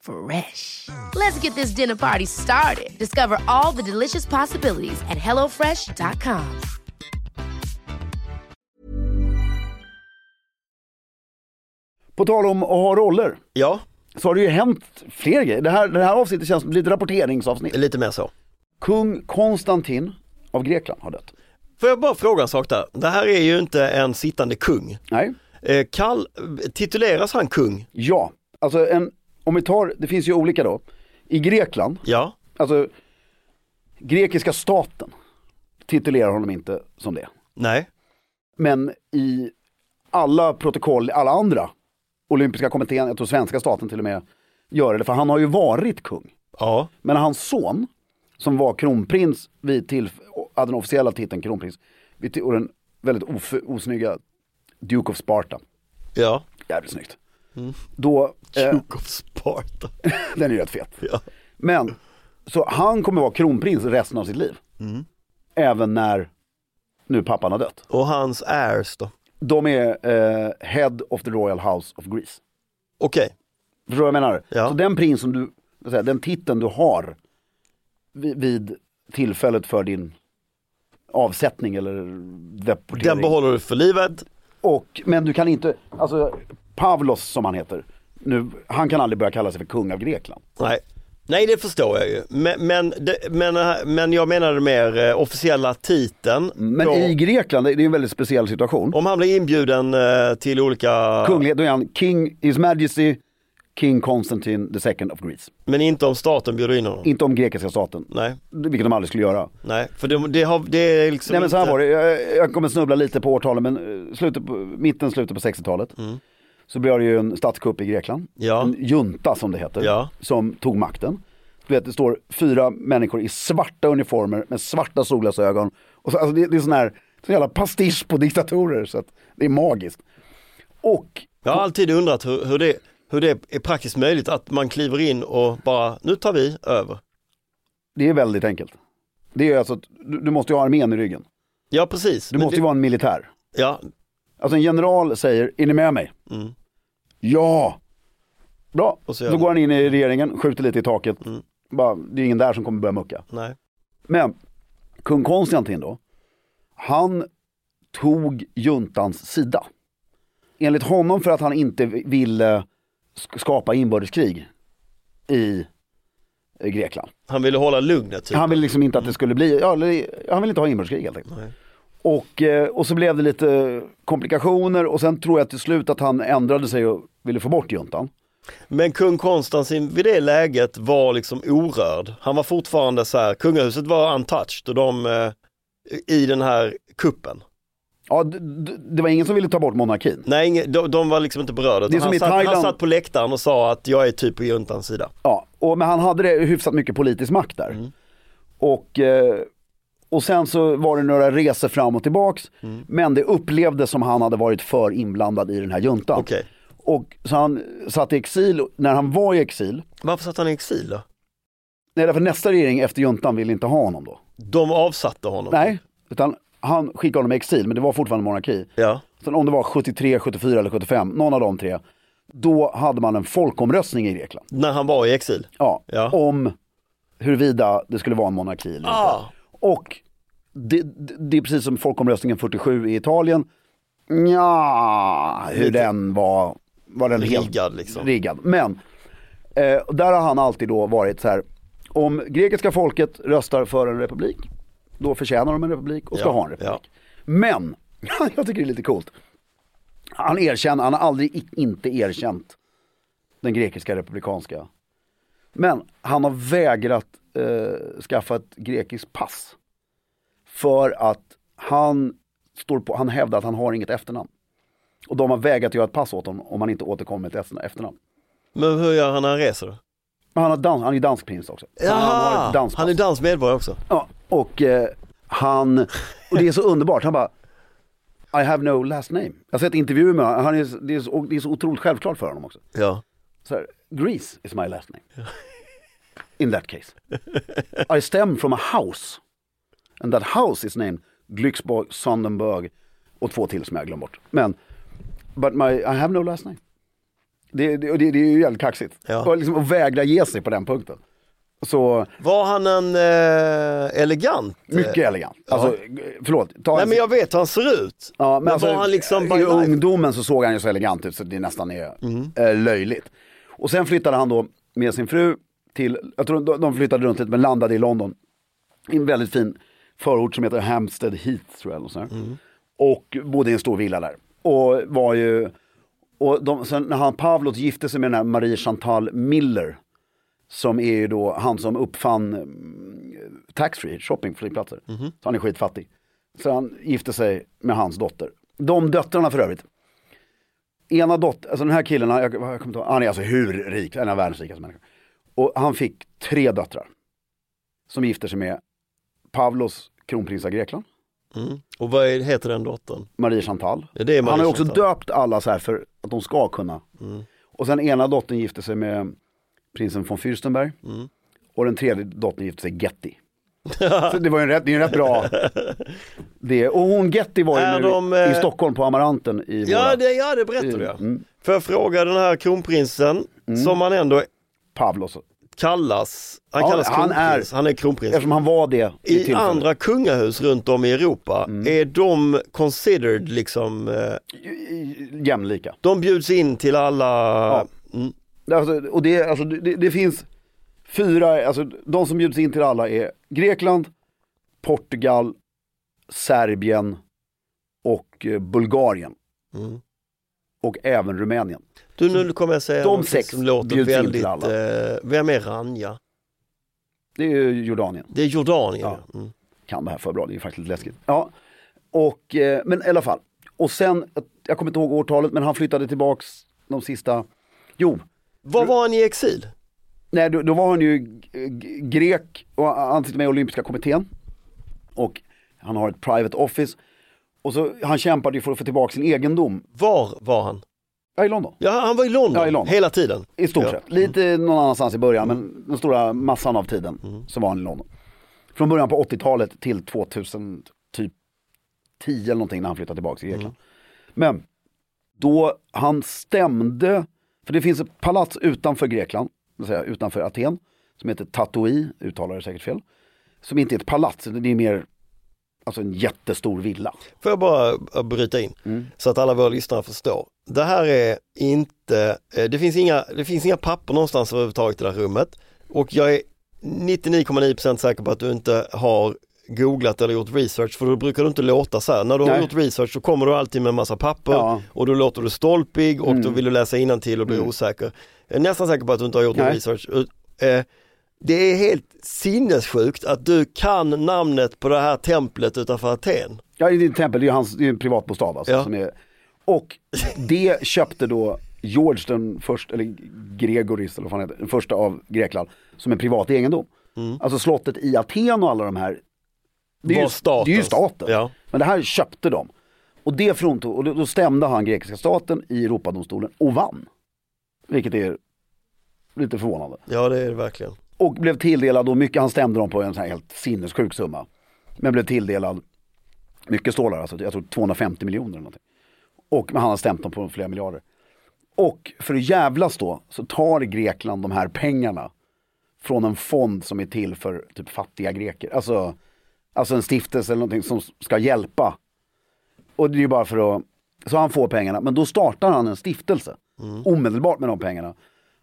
Fresh. Let's get this dinner party started. Discover all the delicious possibilities at hellofresh.com. På tal om att ha roller, Ja, så har det ju hänt fler grejer. Det här, det här avsnittet känns som lite rapporteringsavsnitt. lite mer så. Kung Konstantin av Grekland har dött. Får jag bara fråga en sak där? Det här är ju inte en sittande kung. Nej, Eh, Kall, tituleras han kung? ja, alltså en, om vi tar, det finns ju olika då. I Grekland, Ja, alltså grekiska staten titulerar honom inte som det. nej, Men i alla protokoll, i alla andra olympiska kommittén, jag tror svenska staten till och med gör det, för han har ju varit kung. ja, Men hans son, som var kronprins, vid till, hade den officiella titeln kronprins, vid till- och den väldigt of, osnygga Duke of Sparta, ja. jävligt snyggt. Då, eh, Duke of Sparta. den är ju rätt fet. Ja. Men, så han kommer vara kronprins resten av sitt liv. Mm. Även när nu pappan har dött. Och hans heirs då? De är eh, head of the royal house of Greece. Okej, Förstår du vad jag menar? Ja. Så den prins som du, vad säger jag, den titeln du har vid, vid tillfället för din avsättning eller deportering. den behåller du för livet. och, men du kan inte, alltså Pavlos som han heter, nu, han kan aldrig börja kalla sig för kung av Grekland. Nej. Nej det förstår jag ju, men, men, det, men, eh, men jag menade mer eh, officiella titeln. Men då, i Grekland, det det är en väldigt speciell situation. Om han blir inbjuden eh, till olika... Kunglighet, då är han king, his majesty, King Constantine II of Greece. Men inte om staten bjuder in honom? Inte om grekiska staten, Nej, vilket de aldrig skulle göra. nej, för det, det, har, det är liksom Nej men så här inte- var det, jag, jag kommer snubbla lite på årtalen men eh, slutet på, mitten, slutet på 60-talet så blev det ju en statskupp i Grekland. Mm. Ja. En junta som det heter, Ja. som tog makten. Du vet det står fyra människor i svarta uniformer med svarta solglasögon. Och så, alltså, det, det är sån här, sån jävla pastisch på diktatorer så att det är magiskt. Och Jag har alltid undrat hur, hur, det, hur det är praktiskt möjligt att man kliver in och bara, nu tar vi över. det är väldigt enkelt. Det är alltså att du, du måste ju ha armén i ryggen. Ja precis. Du Men måste det, ju vara en militär. Ja, Alltså en general säger, är ni med mig? Mm. Ja! Bra, Och så gör Mm. då han. går han in i regeringen, skjuter lite i taket. Bara, det är ingen där som kommer börja mucka. nej. Men kung Konstantin då, han tog juntans sida. Enligt honom för att han inte ville sk- skapa inbördeskrig i eh, Grekland. Han ville hålla lugnet typ. Han ville liksom inte att det skulle bli, ja, eller, han ville inte ha inbördeskrig helt enkelt. Och, eh, och så blev det lite komplikationer och sen tror jag till slut att han ändrade sig och ville få bort juntan. Men kung Konstantin vid det läget var liksom orörd. Han var fortfarande så här, kungahuset var untouched och de eh, i den här kuppen. Ja, d- d- det var ingen som ville ta bort monarkin. Nej, ingen- de, de var liksom inte berörda. Det är utan som Han, i satt, han Thailand. satt på läktaren och sa att jag är typ på juntans sida. Ja, och, men han hade det hyfsat mycket politisk makt där. Mm. Och, eh, och sen så var det några resor fram och tillbaks. Mm. Men det upplevdes som han hade varit för inblandad i den här juntan. Okej. Och så han satt i exil, och när han var i exil, Varför satt han i exil då? nej därför nästa regering efter juntan ville inte ha honom då. De avsatte honom. Nej, utan han skickade honom i exil men det var fortfarande monarki. Ja, Sen om det var 73, 74 eller 75, någon av de tre. Då hade man en folkomröstning i Grekland. när han var i exil. Ja, Ja. Om huruvida det skulle vara en monarki eller inte. Ah. Och det, det- det är precis som folkomröstningen 47 i Italien. Ja, hur Lite- den var. Var den Riggad, helt liksom. riggad. Men eh, och där har han alltid då varit så här. Om grekiska folket röstar för en republik, då förtjänar de en republik och ska Ja, ha en republik. ja. Men, jag tycker det är lite coolt. Han erkänner, han har aldrig i- inte erkänt den grekiska republikanska. Men han har vägrat eh, skaffa ett grekiskt pass. För att han, står på, han hävdar att han har inget efternamn. Och de har vägrat göra ett pass åt honom om han inte återkommer till ett efternamn. Men hur gör han när han reser då? Men han, har dans, han är ju dansk prins också. Så han har alltså. ett Jaha, danspass. han är dansk medborgare också. Ja, och eh, han, och det är så underbart, han bara I have no last name. Jag har sett intervjuer med honom, han är, det, är så, och det är så otroligt självklart för honom också. Ja. Så här, Greece is my last name. In that case. I stem from a house. And that house is named Glücksborg, Sandenberg och två till som jag glömt bort. Men, but my, I have no last name. Det, det, och det, det är ju jävligt kaxigt. Ja. Och liksom att vägra ge sig på den punkten. Så Var han en eh, elegant? mycket elegant. Alltså, förlåt. Ta Nej en- men jag vet hur han ser ut. alltså- Ja, men alltså, var han liksom Mm. by I life? ungdomen så såg han ju så elegant ut så det nästan är eh, löjligt. Och sen flyttade han då med sin fru till, jag tror de- de flyttade runt lite men landade i London. I en väldigt fin förort som heter Hampstead Heath tror jag. Och, Mm. och bodde i en stor villa där. Och var ju, och de, sen när han Pavlov gifte sig med den här Marie Chantal Miller. Som är ju då han som uppfann mm, taxfree shopping på flygplatser. Så han är skitfattig. Så han gifte sig med hans dotter. De döttrarna för övrigt. Ena dotter, alltså den här killen, jag, jag kommer inte ihåg, han är alltså hur rik, en av världens rikaste människor. Och han fick tre döttrar. Som gifter sig med Pavlos kronprins av Grekland, Mm. Och vad är- heter den dottern? Marie Chantal. Ja, det är Mm. Marie han har ju också Chantal. döpt alla så här för att de ska kunna. Och sen ena dottern gifte sig med prinsen von Fürstenberg. Mm. Och den tredje dottern gifte sig Getty. så det var ju en rätt, det är ju en rätt bra. Det. Och hon Getty var Är ju nu de, eh, i Stockholm på Amaranten i Ja våra Mm. det, ja, det berättade jag. För jag fråga den här kronprinsen som han ändå Pavlos. kallas, han Ja, kallas han kronprins, är- han är kronprins. Eftersom han var det vid I tillfället. Mm. andra kungahus runt om i Europa, är de considered liksom, eh, jämlika. de bjuds in till alla, mm, Alltså, och det, alltså, det, det finns fyra, alltså, de som bjuds in till alla är Grekland, Portugal, Serbien och eh, Bulgarien. och även Rumänien. Mm. Du nu kommer jag säga De någonting sex som låter bjuds in till väldigt, alla. eh, vem är Ranja? Det är ju Jordanien. Det är Jordanien. Ja. ja. Mm. kan det här för bra, det är faktiskt lite läskigt. Ja. Och, eh, men i alla fall. Och sen, jag kommer inte ihåg årtalet, men han flyttade tillbaks de sista, jo, Var var han i exil? nej då, då var han ju g- g- grek och han sitter med i olympiska kommittén. Och han har ett private office. Och så, han kämpade ju för att få tillbaka sin egendom, Var var han? ja i London. Ja, han var i London, Ja, i London. hela tiden. I stort ja. sett. Lite någon annanstans i början men den stora massan av tiden så var han i London. Från början på 80-talet till 2000, typ 10 eller någonting när han flyttade tillbaka till Grekland. Men då han stämde, för det finns ett palats utanför Grekland, vill säga, utanför Aten, som heter Tatoi, uttalar det säkert fel. Som inte är ett palats, utan det är mer alltså en jättestor villa. Får jag bara eh, bryta in Mm. så att alla våra lyssnare förstår. Det här är inte, eh, det finns inga, det finns inga papper någonstans överhuvudtaget i det här rummet och jag är 99,9% säker på att du inte har googlat eller gjort research för då brukar du inte låta så här. När du har Nej. gjort research så kommer du alltid med en massa papper Ja. Mm. och då låter du stolpig och då vill du läsa innantill och blir osäker. Jag är nästan säker på att du inte har gjort någon Nej. research. Ut- eh, Det är helt sinnessjukt att du kan namnet på det här templet utanför Aten. Ja, det är ett tempel, det är ju hans, det är en privatbostad alltså, Ja. som är, Och det köpte då George den första, eller Gregoris eller vad fan heter, den första av Grekland, som en privat egendom. Alltså slottet i Aten och alla de här, det är, Var ju, statens. det är ju staten. Ja. Men det här köpte de. Och det fråntog, och då, då stämde han grekiska staten i Europadomstolen och vann. Vilket är lite förvånande. Ja det är det verkligen. Och blev tilldelad då mycket, han stämde dem på en sån här helt sinnessjuk summa. Men blev tilldelad mycket stålar, alltså jag tror 250 miljoner eller någonting. Och men han har stämt dem på flera miljarder. Och för att jävlas då så tar Grekland de här pengarna från en fond som är till för typ fattiga greker. Alltså, alltså en stiftelse eller någonting som ska hjälpa. Och det är ju bara för att, så han får pengarna, men då startar han en stiftelse. Omedelbart med de pengarna.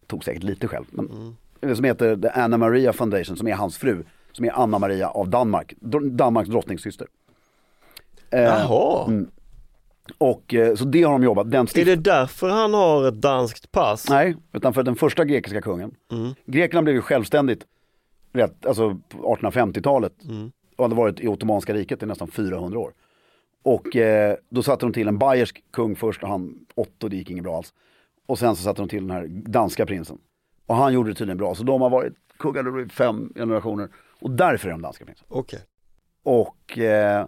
Tog säkert lite själv. Men, Som heter The Anna Maria Foundation, som är hans fru. Som är Anna Maria av Danmark, dr- Danmarks drottningssyster. Eh, Jaha, mm. Och eh, så det har de jobbat, den är stiftelsen. det därför han har ett danskt pass? Nej, utan för den första grekiska kungen. Grekland blev ju självständigt rätt, alltså på 1850-talet och hade varit i Ottomanska riket i nästan 400 år. Och eh, då satte de till en bayersk kung först och han Otto, det gick inget bra alls. Och sen så satte de till den här danska prinsen. Och han gjorde det tydligen bra, så de har varit kungar i fem generationer. Och därför är de danska prinsen. Okej. Och eh,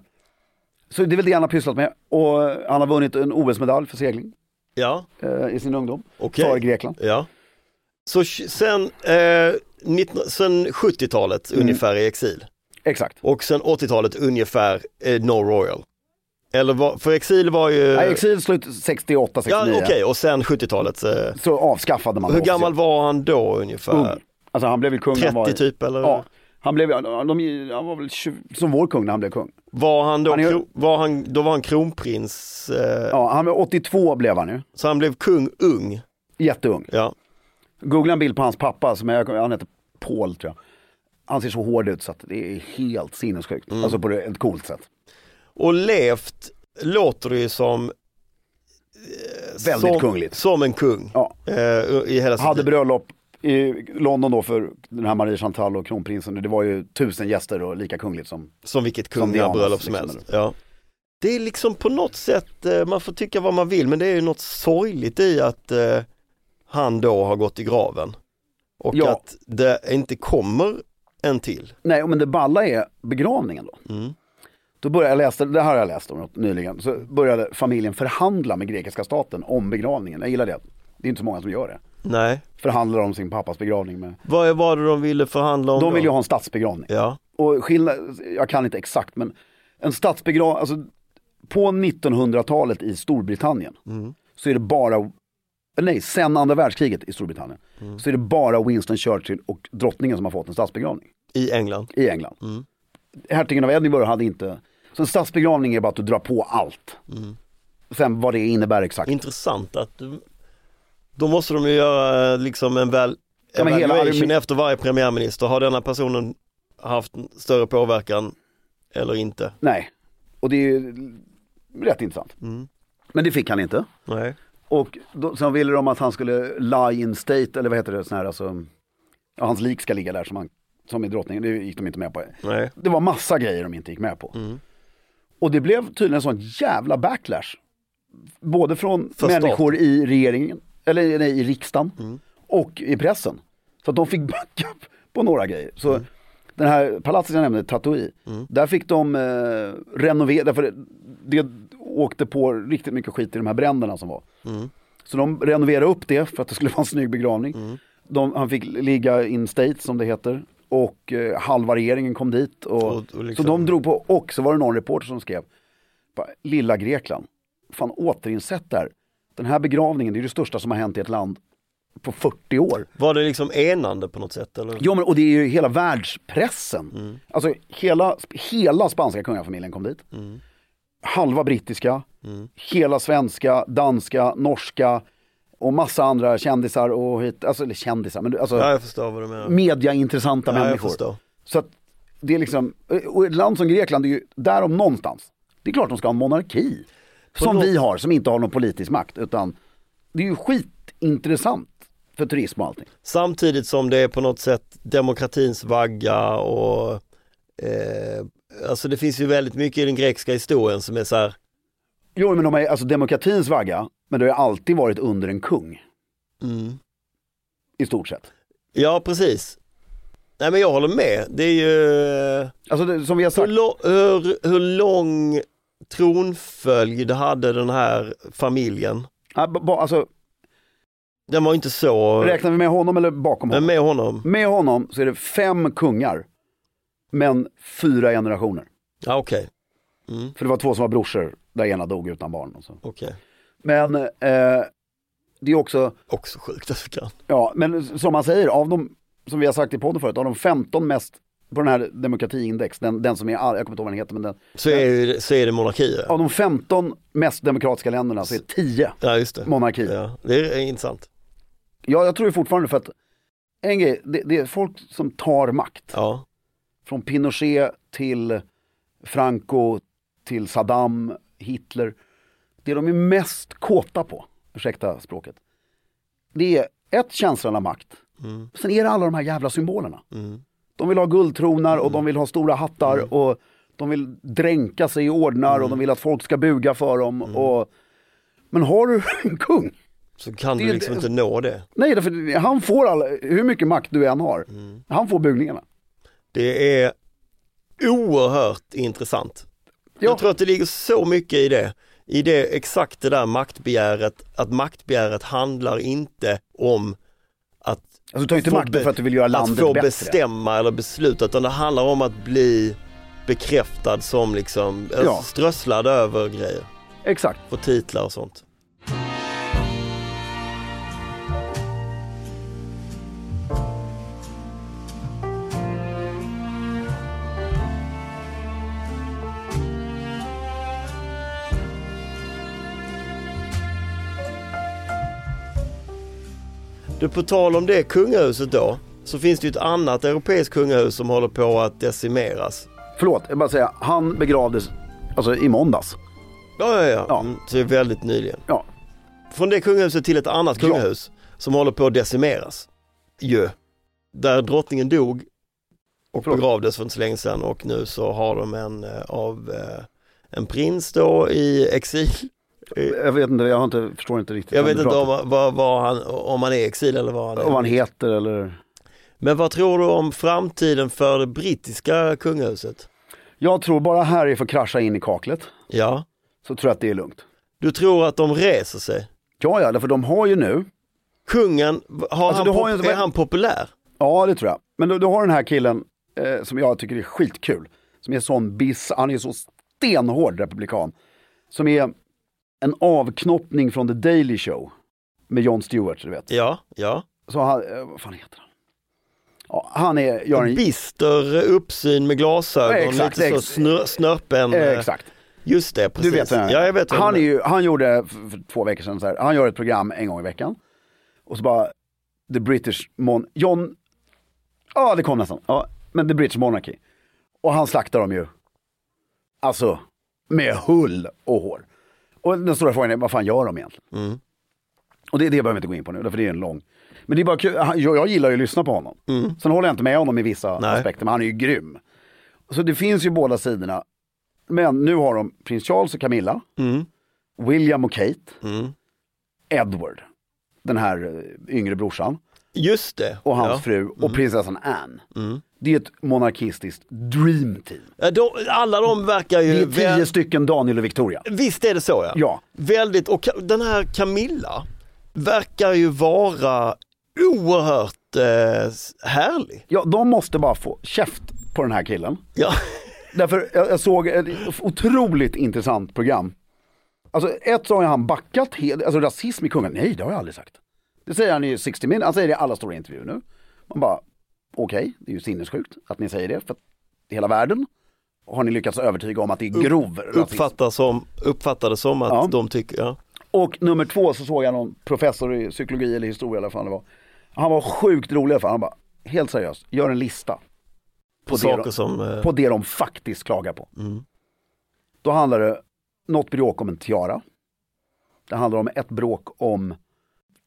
så det är väl det han har pysslat med. Och han har vunnit en OS-medalj för segling Ja, eh, i sin ungdom. okej. För Grekland. Ja. Så tj- sen, eh, 19, sen 70-talet Mm. ungefär i exil Exakt. och sen 80-talet ungefär eh, No Royal. Eller vad- för exil var ju... Nej, exil slut 68, 69. Eh, ja, okej, och sen 70-talet. Eh, Så avskaffade man hur det gammal officiellt. var han då ungefär? Ung. Alltså han blev ju kung. när han 30 var, typ eller? Ja, han, blev, de, han var väl 20, som vår kung när han blev kung. Var han då, Han är- kro- var han, då var han kronprins, eh, Ja, han, var- 82 blev han ju. så han blev kung ung. Jätteung. Ja. Googla en bild på hans pappa, som jag, han heter Paul tror jag. Han ser så hård ut så att det är helt sinnessjukt. Mm. Alltså på ett coolt sätt. Och levt låter det ju som Väldigt som, kungligt. Som en kung. Ja. Eh, I hela sitt Hade liv. bröllop i London då för den här Marie Chantal och kronprinsen. Det var ju tusen gäster och lika kungligt som Som vilket som kungliga Dianas, bröllop som liksom, helst. Ja. Det är liksom på något sätt, eh, man får tycka vad man vill, men det är ju något sorgligt i att eh, han då har gått i graven. Och Ja. att det inte kommer en till. Nej, men det balla är begravningen då. Mm. Då började jag läsa, det här har jag läst om nyligen, så började familjen förhandla med grekiska staten om begravningen. Jag gillar det. Det är inte så många som gör det. Nej, Förhandlar om sin pappas begravning. Med. vad var det de ville förhandla om De vill ju då? ha en statsbegravning. Ja, Och skillnad, jag kan inte exakt men en statsbegravning, alltså på 1900-talet i Storbritannien Mm. så är det bara, nej sen andra världskriget i Storbritannien, Mm. så är det bara Winston Churchill och drottningen som har fått en statsbegravning i England. i England. Hertigen av Edinburgh hade inte, så en statsbegravning är bara att du drar på allt. Sen vad det innebär exakt. Intressant att du, då måste de ju göra eh, liksom en väl Ja, men hela evaluation armé- efter varje premiärminister. Har denna personen haft en större påverkan eller inte? Nej, och det är ju rätt intressant. Men det fick han inte. Nej. Och då, sen ville de att han skulle lie in state, eller vad heter det, sån här, alltså, ja, hans lik ska ligga där som, han, som i drottningen, det gick de inte med på. Nej. Det var massa grejer de inte gick med på. Och det blev tydligen sån jävla backlash. Både från För människor i regeringen, eller nej, i riksdagen och i pressen. Så att de fick backa upp på några grejer. Så den här palatset jag nämnde, Tatoi, där fick de eh, renovera, därför det, det åkte på riktigt mycket skit i de här bränderna som var. Så de renoverade upp det för att det skulle vara en snygg begravning. Mm. De, han fick ligga in state som det heter. Och eh, halva regeringen kom dit. Och, Och- och liksom- Så de drog på, och så var det någon reporter som skrev, bara, lilla Grekland, fan återinsätt där. Den här begravningen, det är det största som har hänt i ett land på 40 år. Var det liksom enande på något sätt eller? Ja men och det är ju hela världspressen. Mm. Alltså hela, hela spanska kungafamiljen kom dit. Mm. Halva brittiska, hela svenska, danska, norska och massa andra kändisar och hit, alltså, eller kändisar, men du- alltså Ja, jag förstår vad du menar. mediaintressanta Ja, jag människor. förstår. Så att det är liksom, och ett land som Grekland är ju där om någonstans. Det är klart de ska ha en monarki. Som nå- vi har, som inte har någon politisk makt utan det är ju skitintressant för turism och allting. Samtidigt som det är på något sätt demokratins vagga och eh, alltså det finns ju väldigt mycket i den grekiska historien som är så här, Jo, men de är alltså demokratins vagga, men det har ju alltid varit under en kung. Mm. I stort sett. ja precis. Nej men jag håller med, det är ju eh, Alltså det, som vi har hur, sagt, lo- hur, hur lång tronföljd hade den här familjen? ja, ba- ba- alltså, Den var inte så, räknar vi med honom eller bakom men honom? med honom, Med honom så är det fem kungar, men fyra generationer. ja okej, Mm. För det var två som var brorsor, där ena dog utan barn. Och så. okej, Men eh, det är också, också sjukt att vi kan. ja, men som man säger, av de, som vi har sagt i podden förut, av de 15 mest på den här demokratiindex, den, den som är, all- jag kommer inte ihåg vad den heter, men den, Så är, ju- så är det monarkier. av de 15 mest demokratiska länderna så är 10 Ja just det. monarkier. Ja, det är intressant. Ja, jag tror ju fortfarande för att en grej, det, det är folk som tar makt. Ja, Från Pinochet till Franco till Saddam, Hitler. Det de är mest kåta på, ursäkta språket, det är ett känslan av makt. Sen är det alla de här jävla symbolerna. De vill ha guldtronar och de vill ha stora hattar och de vill dränka sig i ordnar och de vill att folk ska buga för dem. Och... Men har du en kung så kan Det du är liksom det- inte nå det. Nej, därför han får all, hur mycket makt du än har, Mm. han får bugningarna. Det är oerhört intressant. Jag tror att det ligger så mycket i det, i det exakt det där maktbegäret, att maktbegäret handlar inte om att Alltså du tar ju inte få makten be- för att du vill göra landet att få bättre. bestämma eller besluta, utan det handlar om att bli bekräftad som liksom Ja. strösslad över grejer, Exakt. få titlar och sånt. Du, på tal om det kungahuset då, så finns det ju ett annat europeiskt kungahus som håller på att decimeras. Förlåt, jag bara säga, han begravdes alltså, i måndags. Ja, ja, ja. Ja. Mm, så det är väldigt nyligen. Ja. Från det kungahuset till ett annat Ja. kungahus som håller på att decimeras. Ju. Där drottningen dog och Förlåt. begravdes för inte så länge sedan och nu så har de en eh, av eh, en prins då i exil. Jag vet inte, jag har inte, förstår inte riktigt. Jag vad vet du inte pratar om, vad, vad han, om han är i exil eller vad han är. Om han heter eller... Men vad tror du om framtiden för det brittiska kungahuset? Jag tror bara Harry får krascha in i kaklet, Ja, så tror jag att det är lugnt. du tror att de reser sig. Ja, ja, därför de har ju nu, Kungen, har Alltså, han du har pop- ju en- är han populär? ja det tror jag. Men du, du har den här killen eh, som jag tycker är skitkul, som är sån biss, han är så stenhård republikan. Som är en avknoppning från The Daily Show med Jon Stewart, du vet. Ja, ja. Så han, eh, vad fan heter han? Ja, han är, gör En en... bister eh, uppsyn med glasögon, Ja, exakt, lite så ex- snör, snörpen. Eh, eh, exakt. Just det, Du precis. vet vem jag ja, jag vet vem han, är det ju, han gjorde för, för två veckor sedan, så här, han gör ett program en gång i veckan. Och så bara, The British Mon... John... Ja, det kom nästan. Ja, men The British Monarchy. Och han slaktar dem ju. Mm. Alltså, med hull och hår. Och den stora frågan är, vad fan gör de egentligen? Och det, det behöver vi inte gå in på nu, därför det är en lång. Men det är bara kul, han- jag, jag gillar ju att lyssna på honom. Sen håller jag inte med honom i vissa Mm. Nej. aspekter, men han är ju grym. Så det finns ju båda sidorna. Men nu har de prins Charles och Camilla, Mm, William och Kate, Edward, den här eh, yngre brorsan, Just det. och hans ja. Mm. fru och prinsessan Anne. Det är ett monarkistiskt dream team. Ja, de, alla de verkar Det ju... är tio Eh, väl- stycken Daniel och Victoria. Visst är det så ja. Ja. Väldigt, och Ka- den här Camilla verkar ju vara oerhört eh, härlig. Ja, de måste bara få käft på den här killen. Ja. Därför jag, jag såg ett otroligt intressant program. Alltså ett så har han backat helt, alltså rasism i kungen, nej det har jag aldrig sagt. Det säger han i 60 min, han säger det i alla stora intervjuer nu. Man bara, okej, det är ju sinnessjukt att ni säger det, för att hela världen har ni lyckats övertyga om att det är grov rasism. Uppfattar, som, uppfattar det som att Ja. de tycker, ja. Och nummer två så såg jag någon professor i psykologi eller historia eller vad fan det var. Han var sjukt rolig för han bara, helt seriöst, gör en lista. På det saker då. som... eh, Mm. på det de faktiskt klagar på. Då handlar det något bråk om en tiara. Det handlar om ett bråk om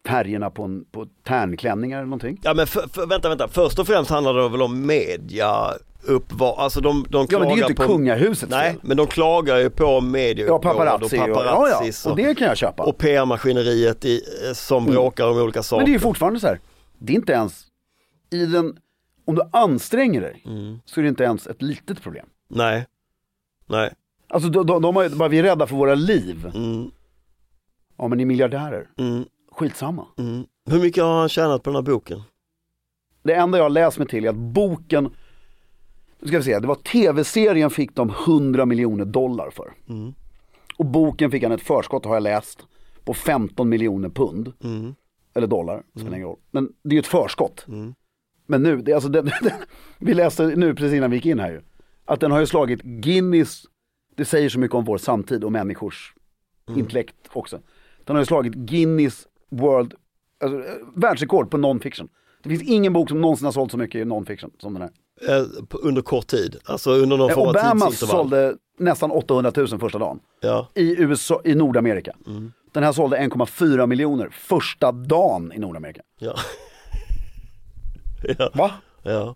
färgerna på, en, på tärnklänningar eller någonting. Ja men för, för, vänta, vänta, först och främst handlar det väl om media uppvar... Alltså de, de Ja klagar men det är ju inte på... kungahusets Nej, fel. men de klagar ju på media Ja paparazzi, och och, ja, paparazzis ja. och det kan jag köpa. och, och PR-maskineriet i, eh, som bråkar om olika Mm. saker. men det är ju fortfarande så här, det är inte ens i den, om du anstränger dig så är det inte ens ett litet problem. Nej, nej. Alltså de, de, de har ju, bara vi är rädda för våra liv. Mm, Ja men ni är miljardärer, mm, skitsamma. mm. Hur mycket har han tjänat på den här boken? Det enda jag har läst mig till är att boken, nu ska vi se, det var tv-serien fick de 100 miljoner dollar för. Och boken fick han ett förskott har jag läst på 15 miljoner pund. Mm. Eller dollar, spelar ingen roll. Men det är ju ett förskott. Men nu, det, är alltså, den, den, vi läste nu precis innan vi gick in här ju, att den har ju slagit Guinness, det säger så mycket om vår samtid och människors intellekt också. Den har ju slagit Guinness World, alltså, eh, världsrekord på non-fiction. Det finns ingen bok som någonsin har sålt så mycket non-fiction som den här. Eh, på- under kort tid, alltså under någon Eh, form av Obama tidsintervall. sålde nästan 800 000 första dagen Ja. i, USA, i Nordamerika. Den här sålde 1,4 miljoner första dagen i Nordamerika. Ja. ja. Va? ja.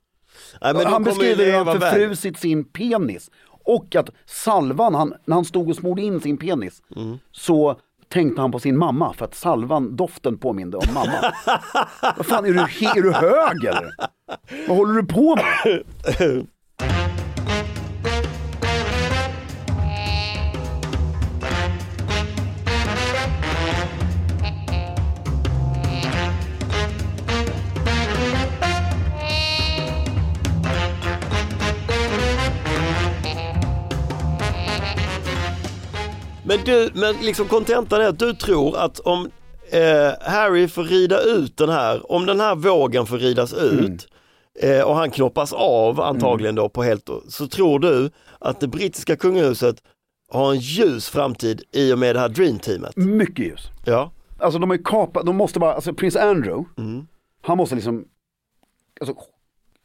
Nej, men de han kommer ju beskriver hur han leva väl. förfrusit sin penis. Och att salvan, han, när han stod och smorde in sin penis, Mm. så tänkte han på sin mamma för att salvan, doften påminde om mamma. Vad fan, är du, he- är du hög eller? Vad håller du på med? Men du, men liksom kontentan är att du tror att om eh, Harry får rida ut den här, om den här vågen får ridas ut Mm. eh, och han knoppas av antagligen då på helt, så tror du att det brittiska kungahuset har en ljus framtid i och med det här dreamteamet? Mycket ljus. Ja, Alltså de är kapat, de måste bara, alltså prins Andrew, Mm. han måste liksom, alltså,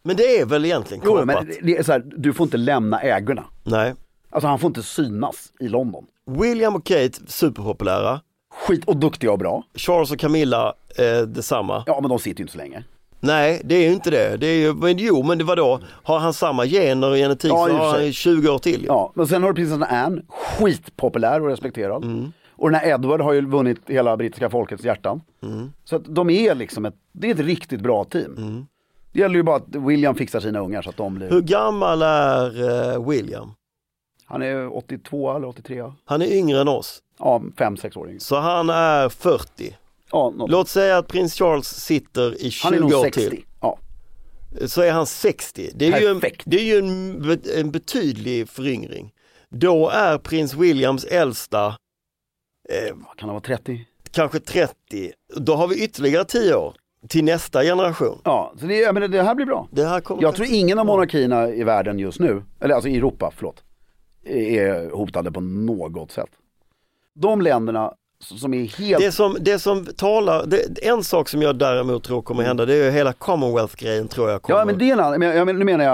men det är väl egentligen jo, kapat? men det- det är så här, du får inte lämna ägorna. Nej. Alltså han får inte synas i London. William och Kate, superpopulära. Skit och duktiga och bra. Charles och Camilla, eh, detsamma. Ja men de sitter ju inte så länge. Nej, det är ju inte det. det är ju, men jo, men det var då har han samma gener och genetik Ja, i så och för har han sig. ju 20 år till. ju. Ja, men sen har du prinsessan Anne, skitpopulär och respekterad. Mm. Och den här Edward har ju vunnit hela brittiska folkets hjärtan. Mm. Så att de är liksom ett, det är ett riktigt bra team. Det gäller ju bara att William fixar sina ungar så att de blir, Hur gammal är eh, William? han är 82 eller 83, Han är yngre än oss, ja 5-6 år yngre. så han är 40. Ja, något. Låt säga att prins Charles sitter i 20 Han är nog år 60. till. Ja. Så är han 60. Det är ju, en, Perfekt. det är ju en, bet- en betydlig föryngring. Då är prins Williams äldsta eh, Vad Kan han vara 30? kanske 30. Då har vi ytterligare 10 år till nästa generation. Ja, så det, jag menar, det här blir bra. Det här kommer Jag tror ingen av monarkierna i världen just nu, eller alltså i Europa, förlåt, är hotade på något sätt. De länderna som är helt Det som, det som talar, det, en sak som jag däremot tror kommer hända det är ju hela Commonwealth-grejen tror jag kommer. Ja men det är en annan, men, jag, men, nu menar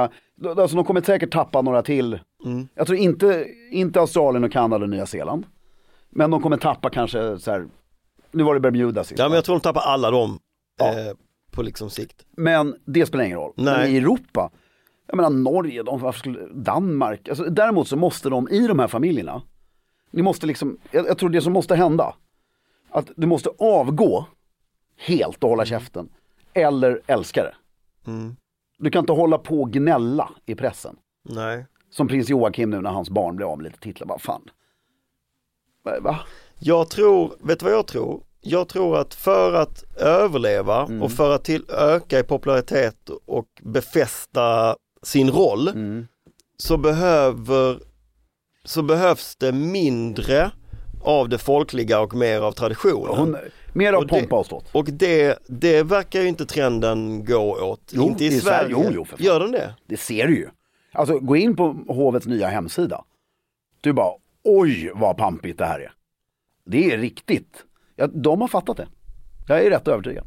jag, alltså de kommer säkert tappa några till. Mm. Jag tror inte, inte Australien och Kanada och Nya Zeeland. Men de kommer tappa kanske så här, Nu var det Bermuda sist. Ja men jag tror de tappar alla dem Ja. eh, på liksom sikt. Men det spelar ingen roll. Nej. Men i Europa, jag menar Norge, de, varför skulle, Danmark. Alltså, däremot så måste de i de här familjerna, ni måste liksom, jag, jag tror det som måste hända, att du måste avgå helt och hålla käften. Eller älska det. Mm. Du kan inte hålla på och gnälla i pressen. Nej. Som prins Joakim nu när hans barn blir av med lite titlar, vad fan. Va- Va? Jag tror, vet du vad jag tror? Jag tror att för att överleva Mm. och för att till öka i popularitet och befästa sin roll Mm. så, behöver, så behövs det mindre av det folkliga och mer av traditionen. Hon, mer av Och det- pompa och ståt. Och det, det verkar ju inte trenden gå åt. Jo, inte i, i Sverige. Sverige. Jo, jo, för fan. Gör den det? Det ser du ju. Alltså gå in på hovets nya hemsida. Du bara, oj vad pampigt det här är. Det är riktigt. Ja, de har fattat det. Jag är rätt övertygad.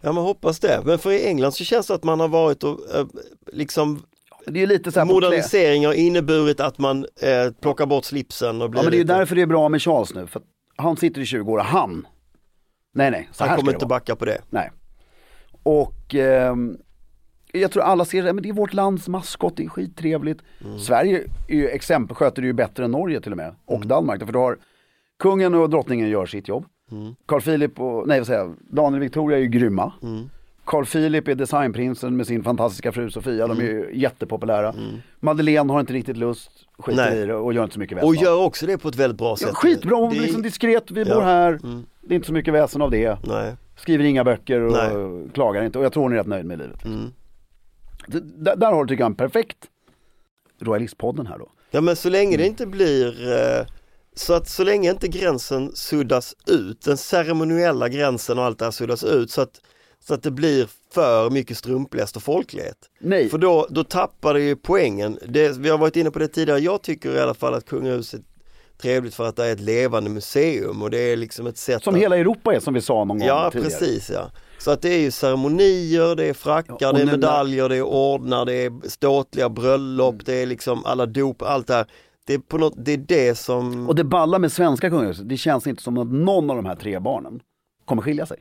Ja man hoppas det. Men för i England så känns det att man har varit och eh, liksom Det är ju lite så här på klä- moderniseringar har inneburit att man eh, plockar bort slipsen och blir Ja men det är ju lite, därför det är bra med Charles nu. För att han sitter i 20 år och han. Nej nej, så här han ska kommer det inte vara. backa på det. Nej. Och ehm, jag tror alla ser det, men det är vårt lands maskot, det är skittrevligt. Mm. Sverige är ju exempel, sköter det ju bättre än Norge till och med. Och Mm. Danmark, för du har kungen och drottningen gör sitt jobb. Mm. Carl Philip och, nej vad säger jag, Daniel och Victoria är ju grymma. Mm. Carl Philip är designprinsen med sin fantastiska fru Sofia, de är ju Mm. jättepopulära. Madeleine har inte riktigt lust, skiter Nej. i det och gör inte så mycket väsen Och av det. gör också det på ett väldigt bra sätt. ja, Skitbra, hon Det är är- liksom diskret, vi Ja. Mm. bor här, det är inte så mycket väsen av det Nej. skriver inga böcker och Nej. Mm. klagar inte och jag tror hon är rätt nöjd med livet. D- Där, där har du tycker jag en perfekt royalistpodden här då. Ja men så länge Mm. det inte blir eh, så att så länge inte gränsen suddas ut, den ceremoniella gränsen och allt det här suddas ut så att, så att det blir för mycket strumpläst och folklighet. Nej, För då, då tappar det ju poängen. Det, vi har varit inne på det tidigare, jag tycker i alla fall att kungahuset är trevligt för att det är ett levande museum och det är liksom ett sätt som att... hela Europa är som vi sa någon gång Ja tidigare. precis ja. Så att det är ju ceremonier, det är frackar, Ja, och det är nu när- medaljer, det är ordnar, det är ståtliga bröllop, Mm. det är liksom alla dop, allt det här. Det är, på något, det är det som, Och det balla med svenska kungahuset, det känns inte som att någon av de här tre barnen kommer skilja sig.